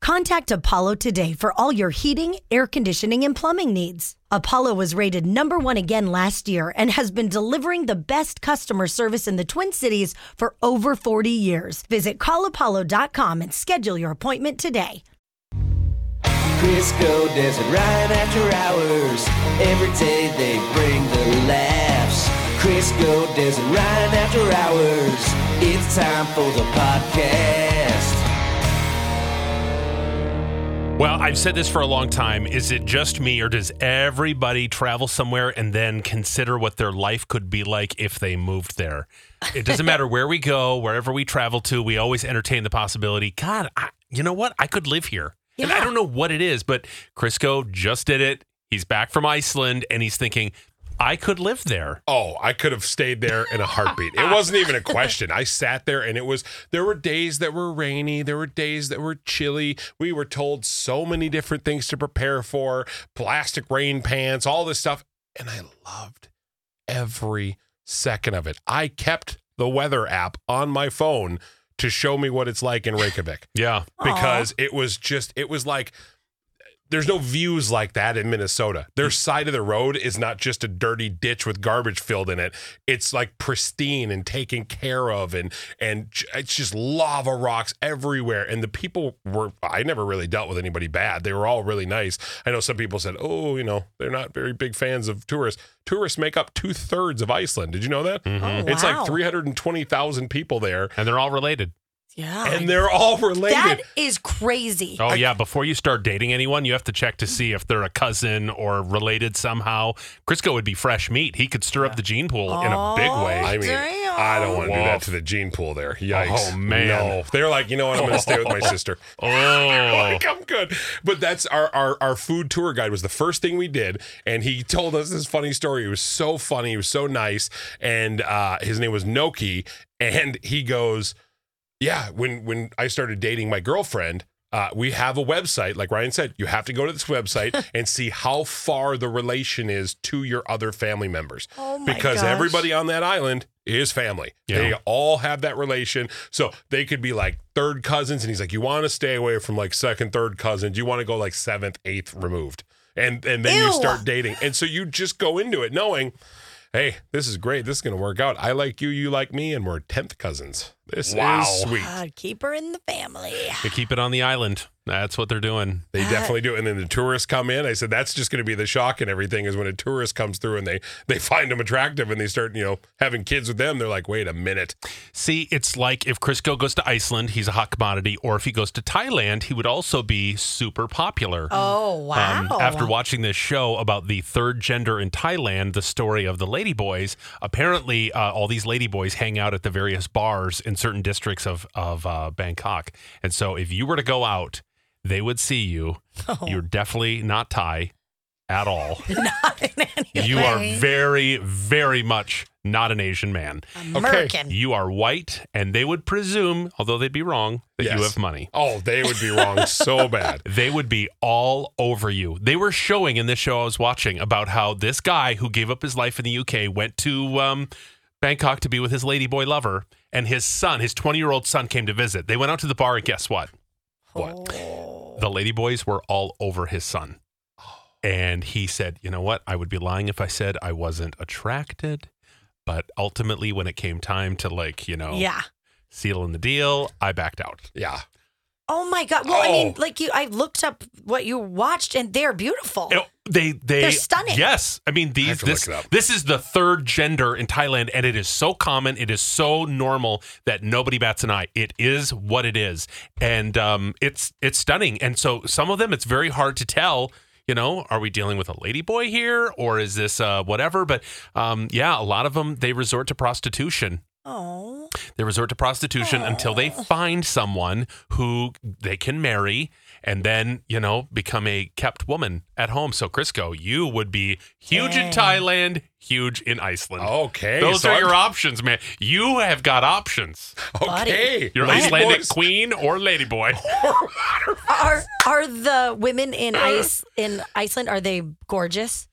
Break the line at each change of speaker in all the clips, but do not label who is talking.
Contact Apollo today for all your heating, air conditioning, and plumbing needs. Apollo was rated number one again last year and has been delivering the best customer service in the Twin Cities for over 40 years. Visit callapollo.com and schedule your appointment today.
Crisco does it right after hours. Every day they bring the laughs. Crisco does it right after hours. It's time for the podcast.
Well, I've said this for a long time. Is it just me, or does everybody travel somewhere and then consider what their life could be like if they moved there? It doesn't matter where we go, wherever we travel to, we always entertain the possibility God, I, you know what? I could live here. And I
Yeah.
don't know what it is, but Crisco just did it. He's back from Iceland and he's thinking, I could live there.
Oh, I could have stayed there in a heartbeat. It wasn't even a question. I sat there and it was, there were days that were rainy. There were days that were chilly. We were told so many different things to prepare for plastic rain pants, all this stuff. And I loved every second of it. I kept the weather app on my phone to show me what it's like in Reykjavik
Yeah.
because it was just it was like there's no views like that in Minnesota. Their side of the road is not just a dirty ditch with garbage filled in it. It's like pristine and taken care of and and j- it's just lava rocks everywhere and the people were I never really dealt with anybody bad. They were all really nice. I know some people said, "Oh, you know, they're not very big fans of tourists." Tourists make up two-thirds of Iceland. Did you know that?
Oh,
It's like
wow.
320,000 people there
And they're all related.
Yeah.
and they're all related.
that is crazy.
Oh, yeah. Before you start dating anyone, you have to check to see if they're a cousin or related somehow. Crisco would be fresh meat. He could stir up the gene pool in a big
Oh,
way.
I mean,
Damn.
I don't want to do that
Woof.
to the gene pool there. Yikes.
Oh, man.
No. They're like, you know what? I'm going to stay with my sister.
Oh.
Like, I'm good. But that's our, our our food tour guide was the first thing we did, and he told us this funny story. It was so funny. He was so nice, and uh, his name was Noki. And he goes, "Yeah, when when I started dating my girlfriend." Uh, we have a website, like Ryan said, you have to go to this website and see how far the relation is to your other family members.
Oh my
because
gosh.
everybody on that island is family.
Yeah.
They all have that relation. So they could be like third cousins. And he's like, you want to stay away from like second, third cousins. You want to go like seventh, eighth removed. And and then you
Ew.
start dating. And so you just go into it knowing, hey, this is great. This is gonna work out. I like you, you like me, and we're tenth cousins. This
Wow.
is sweet.
God, Uh, keep her in the family.
They keep it on the island. That's what they're doing.
They
That-
definitely do. And then the tourists come in. I said, that's just going to be the shock and everything is when a tourist comes through and they, they find them attractive and they start, you know, having kids with them. They're like, wait a minute.
See, it's like if Crisco goes to Iceland, he's a hot commodity, or if he goes to Thailand, he would also be super popular.
Oh, wow.
Um, after watching this show about the third gender in Thailand, the story of the ladyboys, apparently uh, all these ladyboys hang out at the various bars in certain districts of, of uh, Bangkok. And so if you were to go out, they would see you. You're definitely not Thai at all.
Not in any
You are
way.
very, very much not an Asian man.
American.
You are white, and they would presume, although they'd be wrong, that you
Yes.
have money.
Oh, they would be wrong so bad.
They would be all over you. They were showing in this show I was watching about how this guy who gave up his life in the UK went to um, Bangkok to be with his ladyboy lover, and his son, his 20 year old son, came to visit. They went out to the bar, and guess what? Oh.
What?
Oh.
The ladyboys were all over his son. And he said, You know what? I would be lying if I said I wasn't attracted. But ultimately, when it came time to, like,
Oh.
you know,
Yeah.
sealing the deal, I backed out.
Yeah.
Oh my God. Well, I mean,
Oh.
like you, I looked up what you watched, and they're beautiful.
Oh, They they
They're stunning.
Yes, I mean these.
have to
this,
look it up.
this is the third gender in Thailand, and it is so common. It is so normal that nobody bats an eye. It is what it is, and um, it's it's stunning. And so some of them, it's very hard to tell. You know, are we dealing with a ladyboy here, or is this uh, whatever? But um, yeah, a lot of them they resort to prostitution.
Oh,
They resort to prostitution until they find someone who they can marry and then, you know, become a kept woman at home. So, Crisco, you would be huge in
Dang.
Thailand, huge in Iceland.
Okay.
Those
so
are your
I'm-
options, man. You have got options.
Okay.
You're
Lady
Icelandic
boys.
queen or ladyboy.
are are the women in ice in Iceland? Are they gorgeous?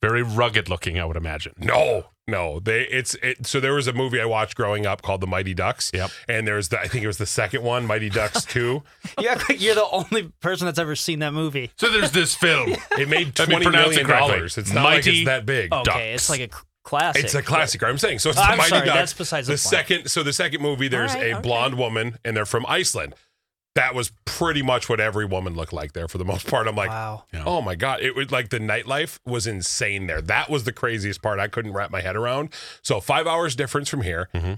Very rugged looking, I would imagine.
No. No, they it's it, so there was a movie I watched growing up called The Mighty Ducks.
Yep.
And there's the I think it was the second one, Mighty Ducks 2.
You act like you're the only person that's ever seen that movie.
So there's this film.
It made
Let me
20
pronounce
million
it correctly.
dollars. It's not like
Mighty
it's that big.
Okay,
Ducks.
it's like a c- classic.
It's a classic. I'm saying. So it's
Oh,
the
I'm
Mighty
sorry,
Ducks.
that's besides the point.
second. So the second movie, there's
right,
a
okay.
blonde woman, and they're from Iceland. That was pretty much what every woman looked like there for the most part. I'm like,
Wow.
oh my god, it was like the nightlife was insane there. That was the craziest part. I couldn't wrap my head around. So five hours difference from here.
Mm-hmm.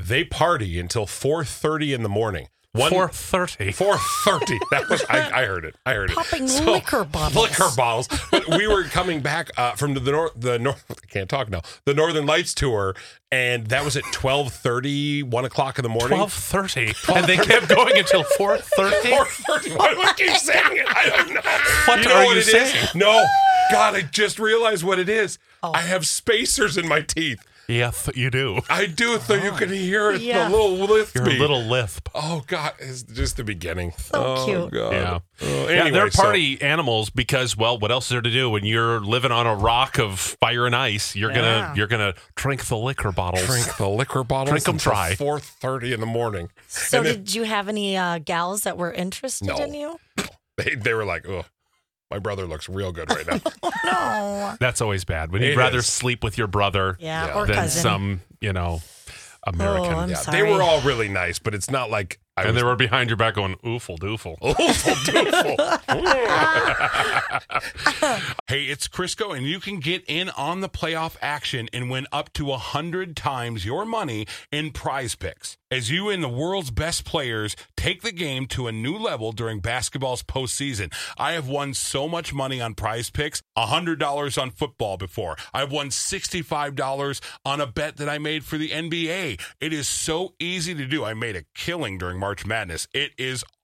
They party until four thirty in the morning. One-
430.
Four thirty. That was I, I heard it. I heard
Popping
it.
liquor bottles.
Liquor bottles. But we were coming back uh, from the north. The north. I can't talk now. The Northern Lights tour, and that was at 12:30, 1 o'clock in the morning.
1230. And they kept going until 430.
4:30. Why do I keep saying it? I don't know.
What
know
are
what
you
it is?
saying?
No. God, I just realized what it is.
Oh.
I have spacers in my teeth.
Yes, you do.
I do, so you can hear it.
Yeah.
The little lift.
You're a little lisp.
Oh God! It's just the beginning.
So
oh,
cute.
God.
Yeah.
Oh,
yeah, they're
anyway, so-
party animals because, well, what else is there to do when you're living on a rock of fire and ice? You're gonna
Yeah.
you're gonna drink the liquor bottles.
drink the liquor bottles
Drink 'em
until
dry.
4.30 in the morning
So
And then-
did you have any uh, gals that were interested
No.
in you?
they, they were like oh my brother looks real good right now
No.
That's always bad. When
It
you'd rather
is.
sleep with your brother
Yeah,
Yeah.
or
than
cousin.
some, you know, American.
Oh, I'm
yeah
sorry.
they were all really nice but it's not like i
and
was
they were behind your back going, oofle doofle.
awful
Hey, it's Crisco, and you can get in on the playoff action and win up to 100 times your money in prize picks. As you and the world's best players take the game to a new level during basketball's postseason, I have won so much money on prize picks $100 on football before. I've won $65 on a bet that I made for the NBA. It is so easy to do. I made a killing during March Madness. It is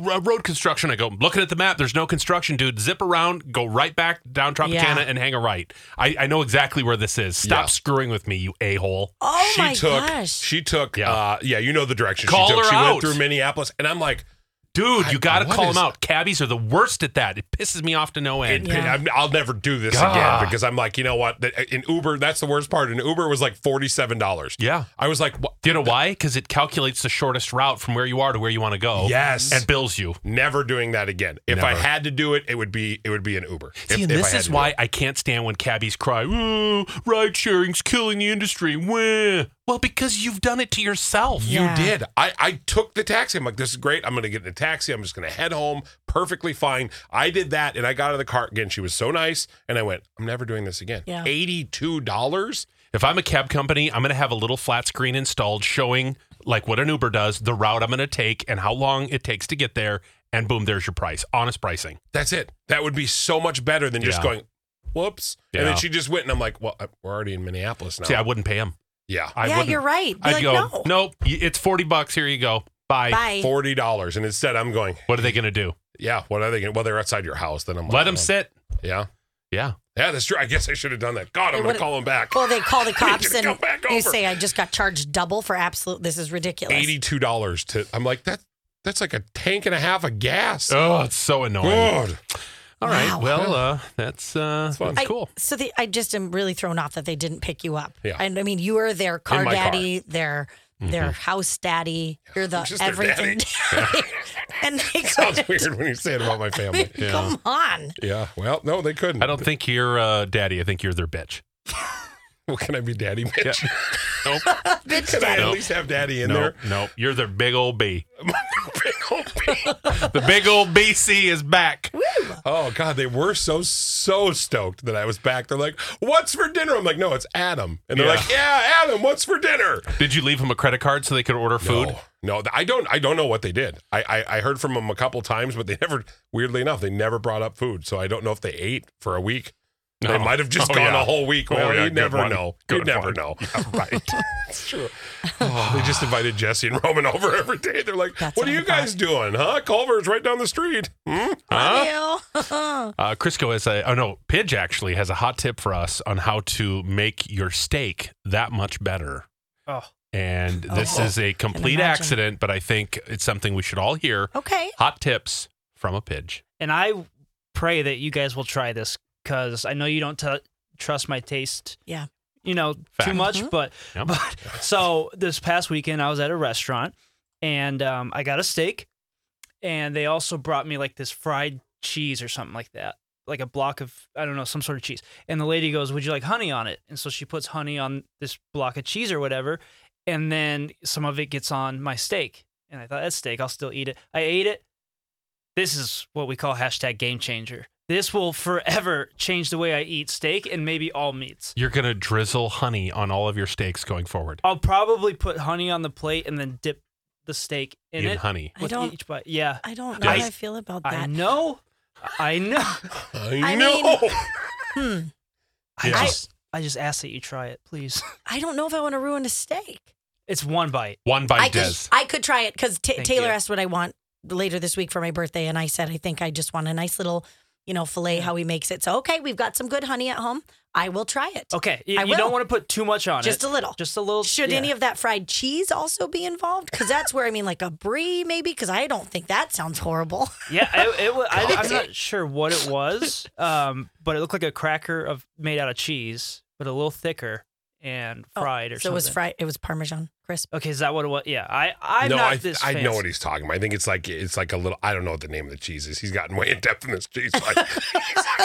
uh, ro- road construction." I go, "Looking at the map, there's no construction, dude. Zip around, go right back down Tropicana,
Yeah.
and hang a right. I, I know exactly where this is. Stop
Yeah.
screwing with me, you a hole."
oh,
she
my
took,
gosh.
She took,
Yeah.
yeah. Uh, yeah, you know the direction
Call
she took.
her
she
out.
went through Minneapolis. And I'm like,
Dude,
I-
you got to
what
call them
is-
out. Cabbies are the worst at that. It pisses me off to no end.
and,
Yeah.
and I'm, I'll never do this
God.
again because I'm like, you know what? That- In Uber, that's the worst part. In Uber was like $47.
yeah.
I was like, what?
Do you know why? Because it calculates the shortest route from where you are to where you want to go.
Yes.
And bills you.
Never doing that again. If I
Never.
had to do it, it would be it would be an Uber. If-
See, and
if I
this
had
is
to do
why
it.
I can't stand when cabbies cry, Ooh, ride sharing's killing the industry. Wah." Well, because you've done it to yourself.
you
Yeah.
did. I I took the taxi. I'm like, this is great. I'm gonna get in a taxi. I'm just gonna head home. Perfectly fine. I did that, and I got out of the car again. She was so nice, and I went, I'm never doing this again.
Yeah.
Eighty two dollars.
If I'm a cab company, I'm going to have a little flat screen installed showing like what an Uber does, the route I'm going to take and how long it takes to get there. And boom, there's your price. Honest pricing.
That's it. That would be so much better than just
Yeah.
going. Whoops. And
Yeah.
then she just went, and I'm like, well, I- we're already in Minneapolis now.
See, I wouldn't pay him.
yeah.
I
yeah,
wouldn't.
you're right. Be
I'd
like,
go,
no.
nope, y- it's 40 bucks. Here you go. Bye.
Bye.
Forty dollars, and instead I'm going.
What are they going to do?
Yeah, what are they? Gonna, well, they're outside your house. Then I'm like,
Let them
oh,
sit.
Yeah,
Yeah.
Yeah, that's true. I guess I should have done that. God, I'm going to
would've-
call him back.
Well, they call the
I need you
cops
to
and
come back
they
over.
say, I just got charged double for absolute. This is ridiculous.
Eighty-two dollars to. I'm like that. That's like a tank and a half of gas.
Oh, it's so annoying.
Good.
All right.
Wow.
Well, uh, that's, uh,
fun.
that's
I-
cool.
So the, I just am really thrown off that they didn't pick you up.
Yeah.
And I mean, you are their car
my car.
daddy, their their house daddy. You're the
just their
everything. daddy. and they
Sounds
couldn't.
weird when you say it about my family.
Come on.
Yeah. Well, no, they couldn't.
I don't think you're uh, daddy. I think you're their bitch.
Well, can I be daddy bitch?
Nope.
Can I at least have daddy in
nope.
there?
Nope. You're their big old B.
Big old B.
The big old BC is back.
Oh God, they were so so stoked that I was back. They're like, "What's for dinner?" I'm like, "No, it's Adam." And they're
Yeah.
like, "Yeah, Adam, what's for dinner?"
Did you leave them a credit card so they could order food?
No, no, th- I don't. I don't know what they did. I, I I heard from them a couple times, but they never. Weirdly enough, they never brought up food, so I don't know if they ate for a week. They
No.
might have just
Oh,
gone
yeah.
a whole week.
Oh,
Well,
yeah,
you
good
never
one.
know. you
Good
never
one.
know. right. it's true. they just invited Jesse and Roman over every day. They're like,
That's
"What
what
are
I
you guys doing, huh? Culver's right down the street." Hmm?
Ew.
Uh, Crisco has a, oh no, Pidge actually has a hot tip for us on how to make your steak that much better.
Oh.
And this
Oh.
is a complete
imagine.
accident, but I think it's something we should all hear.
okay.
Hot tips from a Pidge.
And I pray that you guys will try this because I know you don't t- trust my taste.
Yeah.
You know
Fact.
too much,
Mhm.
but
Yep.
but so this past weekend I was at a restaurant and um, I got a steak, and they also brought me like this fried cheese or something like that, like a block of I don't know some sort of cheese. And the lady goes, "Would you like honey on it?" And so she puts honey on this block of cheese or whatever, and then some of it gets on my steak. And I thought that's steak, I'll still eat it. I ate it this is what we call hashtag game changer. This will forever change the way I eat steak and maybe all meats.
You're going to drizzle honey on all of your steaks going forward.
I'll probably put honey on the plate and then dip the steak in
In
it
honey.
I
with
don't-
each bite. Yeah,
I don't know
I-
how Oh, I feel about
I
that.
know, I know.
I,
I
know.
mean- Hmm.
I
Yeah.
just, I just ask that you try it, please.
I don't know if I want to ruin a steak.
It's one bite.
One bite
I could,
does.
I could try it because
Thank
Taylor
you.
asked what I want later this week for my birthday, and I said I think I just want a nice little, you know, fillet how he makes it. So okay, we've got some good honey at home. I will try it.
Okay, you,
I
you don't
will.
want to put too much on
Just
it.
a little.
Just a little.
Should any of that fried cheese also be involved? Because that's where I mean, like a brie maybe. Because I don't think that sounds horrible.
Yeah, it, it was, I, I'm not sure what it was, um, but it looked like a cracker of made out of cheese, but a little thicker and
Oh,
fried or
so it was
something.
fried. It was Parmesan crisp.
Okay, is that what it was? Yeah, I I'm
no,
not
I,
this.
I know
fancy.
what he's talking about. I think it's like it's like a little. I don't know what the name of the cheese is. He's gotten way in depth in this cheese. Like,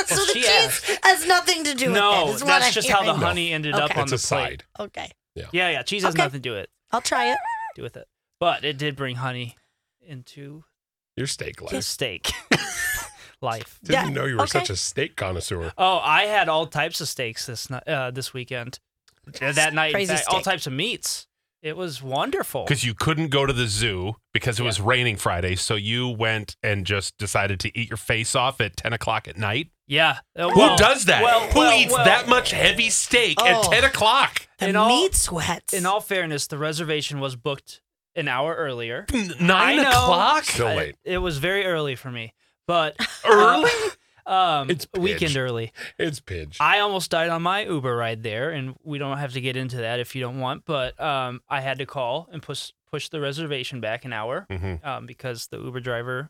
so the
she
cheese has nothing to do
No,
with it. is what
that's
I'm
just how the
hearing.
honey ended up
Okay.
on
it's
the
a side.
plate.
Okay,
Yeah, yeah, cheese has
Okay.
nothing to do it
I'll try it.
do with it, but it did bring honey into
Your steak
the
life.
steak life.
Didn't
Yeah,
know you were
okay.
such a steak connoisseur.
Oh, I had all types of steaks this ni- uh, this weekend. Th- That night, in
Crazy
fact, all
steak.
types of meats. It was wonderful.
Because you couldn't go to the zoo because it was raining Friday. So you went and just decided to eat your face off at 10 o'clock at night.
Yeah. Uh,
Who
well-
does that?
well,
Who
well,
eats
well,
that much heavy steak
Oh.
at 10 o'clock?
The
In all-
meat sweats.
In all fairness, the reservation was booked an hour earlier.
N-
I
Nine
know.
o'clock?
Still
I-
late.
it was very early for me, but
Early?
um,
It's
weekend
pitch.
early.
It's Pidge.
I almost died on my Uber ride there, and we don't have to get into that if you don't want. But um, I had to call and push push the reservation back an hour
Mhm.
Mm-hmm.
um, because the Uber driver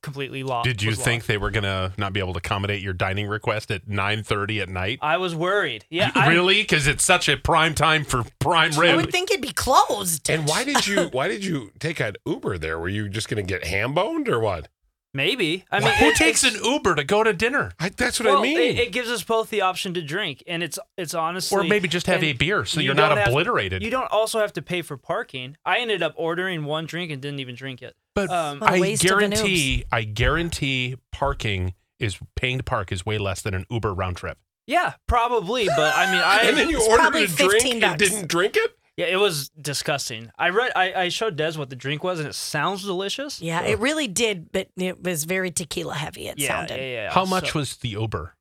completely lost.
Did you think they were gonna not be able to accommodate your dining request at nine thirty at night?
I was worried? Uh, Yeah, I-
really? Because it's such a prime time for prime
I
rib.
would think it'd be closed.
and why did you why did you take an Uber there? Were you just gonna get ham boned or what?
maybe. I mean,
Who
it-
takes an
it's-
Uber to go to dinner,
I, that's what
well,
I mean.
It, it gives us both the option to drink, and it's it's honestly
or maybe just have
and
a beer so
you
you're not
don't have-
obliterated?
You don't also have to pay for parking. I ended up ordering one drink and didn't even drink it.
but
um,
What a
I
waste of an
guarantee, I guarantee, parking is paying to park is way less than an Uber round trip.
Yeah, probably, but I mean, I
and then you
It's
ordered
probably
a drink
15
and
bucks.
didn't drink it?
Yeah, it was disgusting. I read, I, I showed Des what the drink was, and it sounds delicious.
Yeah, it really did, but it was very tequila heavy. It
yeah,
sounded.
yeah, yeah.
How much
So,
was the Uber?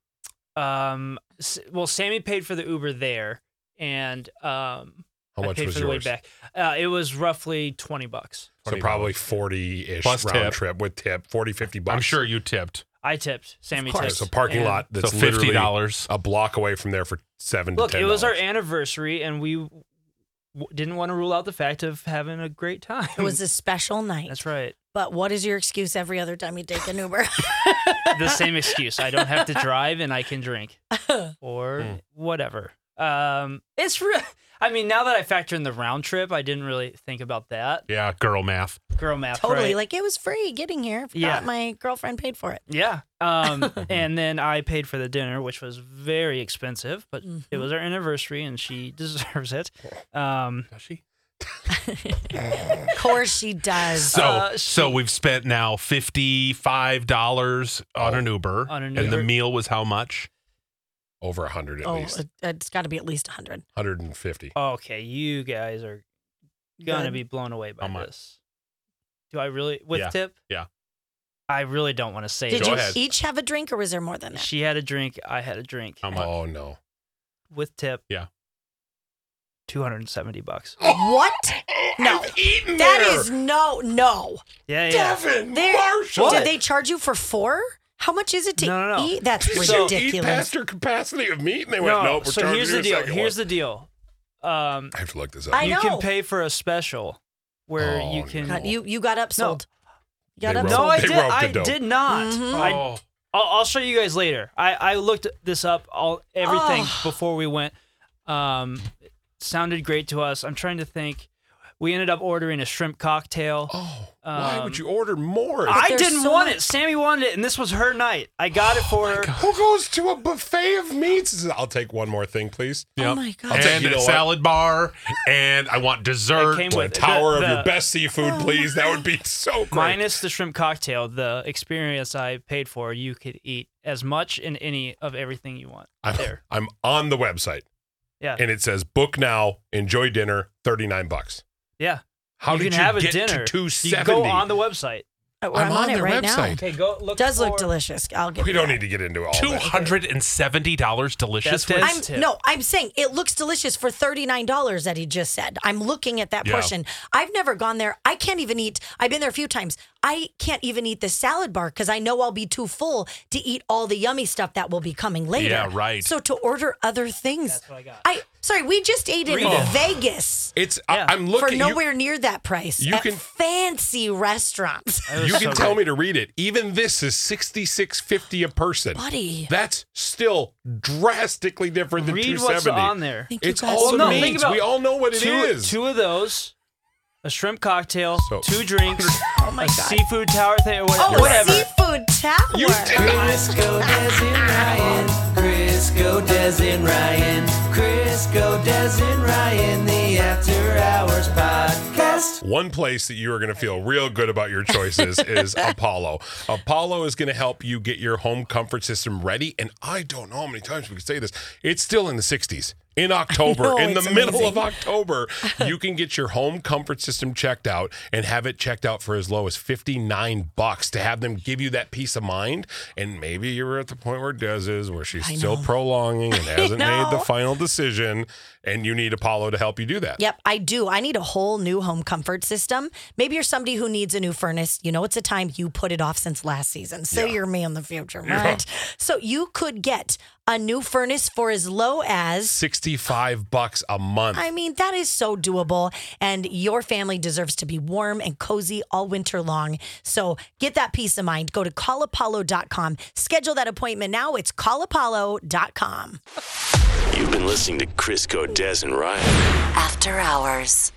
um? s- Well, Sammy paid for the Uber there, and um,
How
I
much
paid
was
for the
yours?
way back. Uh, it was roughly twenty bucks.
So probably 40 ish round
Plus tip.
trip with tip, 40, 50 bucks.
I'm sure you tipped.
I tipped. Sammy
course.
tipped.
It's a parking
and-
lot that's
so
literally
fifty dollars.
a block away from there for seven
Look,
to ten.
it was our anniversary, and we w- didn't want to rule out the fact of having a great time.
It was a special night.
that's right.
But what is your excuse every other time you take an Uber?
the same excuse. I don't have to drive and I can drink or
Hmm.
whatever. Um, it's re- I mean, now that I factor in the round trip, I didn't really think about that.
Yeah, girl math.
Girl math,
totally.
right?
Like it was free getting here. If
Yeah.
not, my girlfriend paid for it.
yeah. Um,
Hmm.
and then I paid for the dinner, which was
Mm-hmm.
very expensive, but it was our anniversary and she deserves it. Um,
Does she?
Of course she does.
So,
Uh,
so we've spent now fifty five dollars
Oh,
on an Uber,
On an
and the
Uber.
meal was how much?
Over 100 at
oh,
least.
it, it's got to be at least 100.
150.
Okay, you guys are gonna
Good.
be blown away by
How much?
this. Do I really with
Yeah,
tip?
yeah.
I really don't want to say
Did
this.
Go
you
ahead.
each have a drink or was there more than that?
She had a drink. I had a drink
How much?
Oh, no.
with tip.
Yeah.
Two hundred and seventy bucks.
Oh,
What? No.
I've eaten
That
there.
is no, no.
Yeah, yeah.
Devin
There-
Marshall.
Did they charge you for four? How much is it to
No, no, no.
eat? That's
Did you
So-
eat past
ridiculous.
your capacity of meat? And they went, nope, we're
so
charging
here's
you
the
a
deal.
second
Here's
one.
the deal. Um,
I have to look this up.
I
you
know.
can pay for a special where
Oh,
you can.
no.
God, you you got upsold. You got
They
No,
upsold.
I
They
did.
robbed the
I
dough.
did not.
Mm-hmm.
Mhm.
I
Oh,
I'll, I'll show you guys later. I, I looked this up, all everything
Oh.
before we went. Um, it sounded great to us. I'm trying to think. We ended up ordering a shrimp cocktail.
Oh, why
Um,
would you order more?
I
there's
didn't
so
want
much-
it. Sammy wanted it, and this was her night. I got
Oh
it for her.
Who goes to a buffet of meats? I'll take one more thing, please.
Oh my God.
I'll take-
and
you know
a
what?
salad bar, and I want dessert.
It came
A
with
tower
the-
of your
the-
best seafood,
Oh
please. That would be so great.
Minus the shrimp cocktail, the experience I paid for, you could eat as much and any of everything you want.
I'm,
there.
I'm on the website
Yeah.
and it says book now, enjoy dinner, 39 bucks.
Yeah.
How
you
did
can
you
have
get
a dinner.
to
You
270?
go on the website.
I'm,
I'm
on,
on
it
their
right
website.
Okay, go
now.
look.
Does look
for-
delicious. I'll give
we
you
don't
that.
need to get into all
Two
that.
hundred and seventy dollars delicious.
That's what-
food?
His
I'm
tip.
no, I'm saying it looks delicious for $39 that he just said. I'm looking at that
Yeah.
portion. I've never gone there. I can't even eat. I've been there a few times. I can't even eat the salad bar because I know I'll be too full to eat all the yummy stuff that will be coming later.
Yeah, right.
So to order other things.
That's what I got.
I sorry, we just ate in
Read it.
Vegas
It's,
Yeah.
I, am looking.
for
you-
nowhere near that price.
you
at
can-
fancy restaurants.
It
You,
was
can
so
tell
good.
me to read it. Even this is 66.50 a person.
Buddy.
That's still drastically different than
Read
270.
what's on there.
Thank you
It's
guys
all
so
no,
much.
think
meats.
about
We all know what it is.
two, Two of those, a shrimp cocktail,
So-
two drinks,
Oh my
a
God.
seafood tower thing,
Oh,
or whatever.
a
whatever.
seafood tower.
You did not
Crisco Des and Ryan. Crisco Des and Ryan. Crisco Des and Ryan. The After Hours Podcast.
One place that you are going to feel real good about your choices is Apollo. Apollo is going to help you get your home comfort system ready. And I don't know how many times we can say this. It's still in the 60s. In October,
know,
in the
it's
middle
amazing.
of October, you can get your home comfort system checked out and have it checked out for as low as 59 bucks to have them give you that peace of mind. And maybe you were at the point where Des is, where she's
I
still
know.
prolonging and hasn't made
know.
the final decision, and you need Apollo to help you do that.
Yep, I do. I need a whole new home comfort system. Maybe you're somebody who needs a new furnace. You know, it's a time you put it off since last season. So you're me in the future, right? So you could get a new furnace for as low as.
65 bucks a month.
I mean, that is so doable. And your family deserves to be warm and cozy all winter long. So get that peace of mind. Go to callapollo.com. Schedule that appointment now. It's callapollo.com.
You've been listening to Chris Des and Ryan.
After Hours.